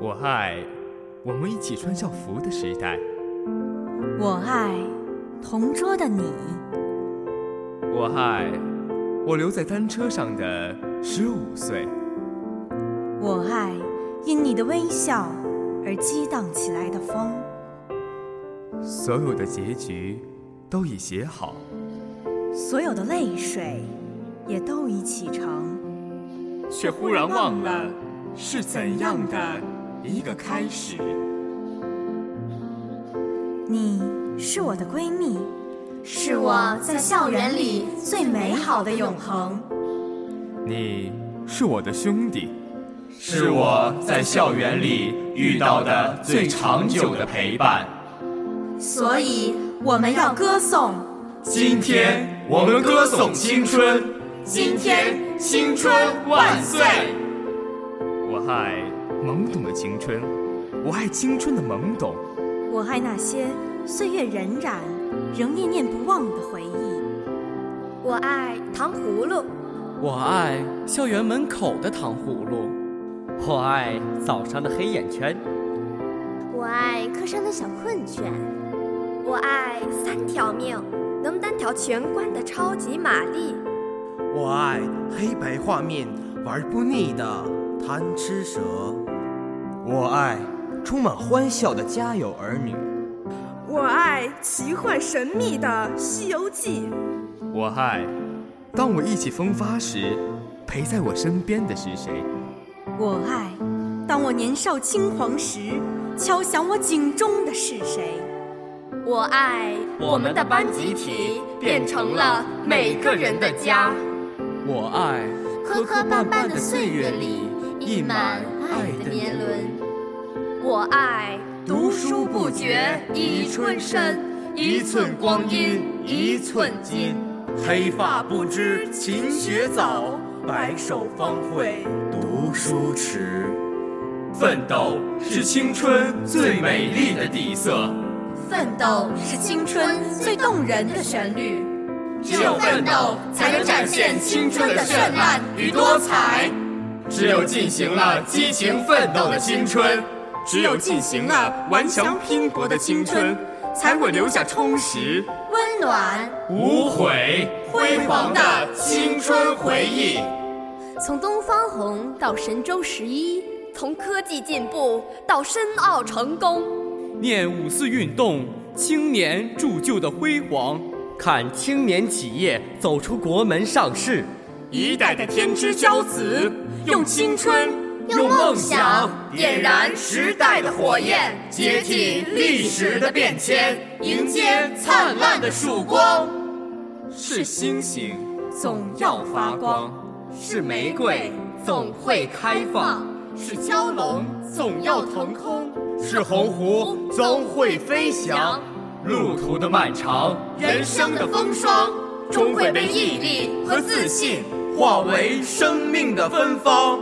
我爱我们一起穿校服的时代，我爱同桌的你，我爱我留在单车上的十五岁，我爱因你的微笑而激荡起来的风，所有的结局都已写好，所有的泪水也都已启程。却忽然忘了是怎样的一个开始。你是我的闺蜜，是我在校园里最美好的永恒。你是我的兄弟，是我在校园里遇到的最长久的陪伴。所以我们要歌颂，今天我们歌颂青春，今天青春万岁！我爱懵懂的青春，我爱青春的懵懂，我爱那些岁月荏苒仍念念不忘的回忆，我爱糖葫芦，我爱校园门口的糖葫芦，我爱早上的黑眼圈，我爱课上的小困倦，我爱三条命能单挑全冠的超级玛丽，我爱黑白画面玩不腻的贪吃蛇，我爱充满欢笑的家有儿女，我爱奇幻神秘的《西游记我爱当我意气风发时陪在我身边的是谁？我爱当我年少轻狂时敲响我警钟的是谁？我爱我们的班集体变成了每个人的家。我爱磕磕绊绊绊的的岁岁月月里里，溢溢满满爱爱的的年年轮。我爱读书不绝一春深，一寸光阴一寸金，黑发不知勤学早，白首方悔读书迟。奋斗是青春最美丽的底色，奋斗是青春最动人的旋律，只有奋斗才能展现青春的绚烂与多彩。只有进行了激情奋斗的青春，只有进行了顽强拼搏的青春，才会留下充实。温暖。无悔辉煌的青春回忆。从东方红到神舟十一，从科技进步到申奥成功，念五四运动青年铸就的辉煌，看青年企业走出国门上市。一代的天之骄子，用青春，用梦想点燃时代的火焰，接替历史的变迁，迎接灿烂的曙光。是星星，总要发光，是玫瑰总会开放，是蛟龙总要腾空，是鸿鹄总会飞翔。路途的漫长，人生的风霜，终会被毅力和自信化为生命的芬芳。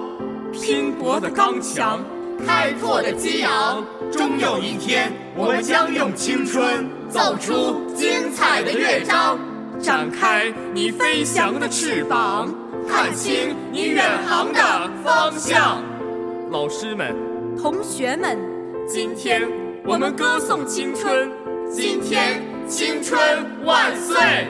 拼搏的刚强，开拓的激昂，终有一天，我们将用青春奏出精彩的乐章。展开你飞翔的翅膀，看清你远航的方向。老师们，同学们，今天我们歌颂青春，今天青春万岁！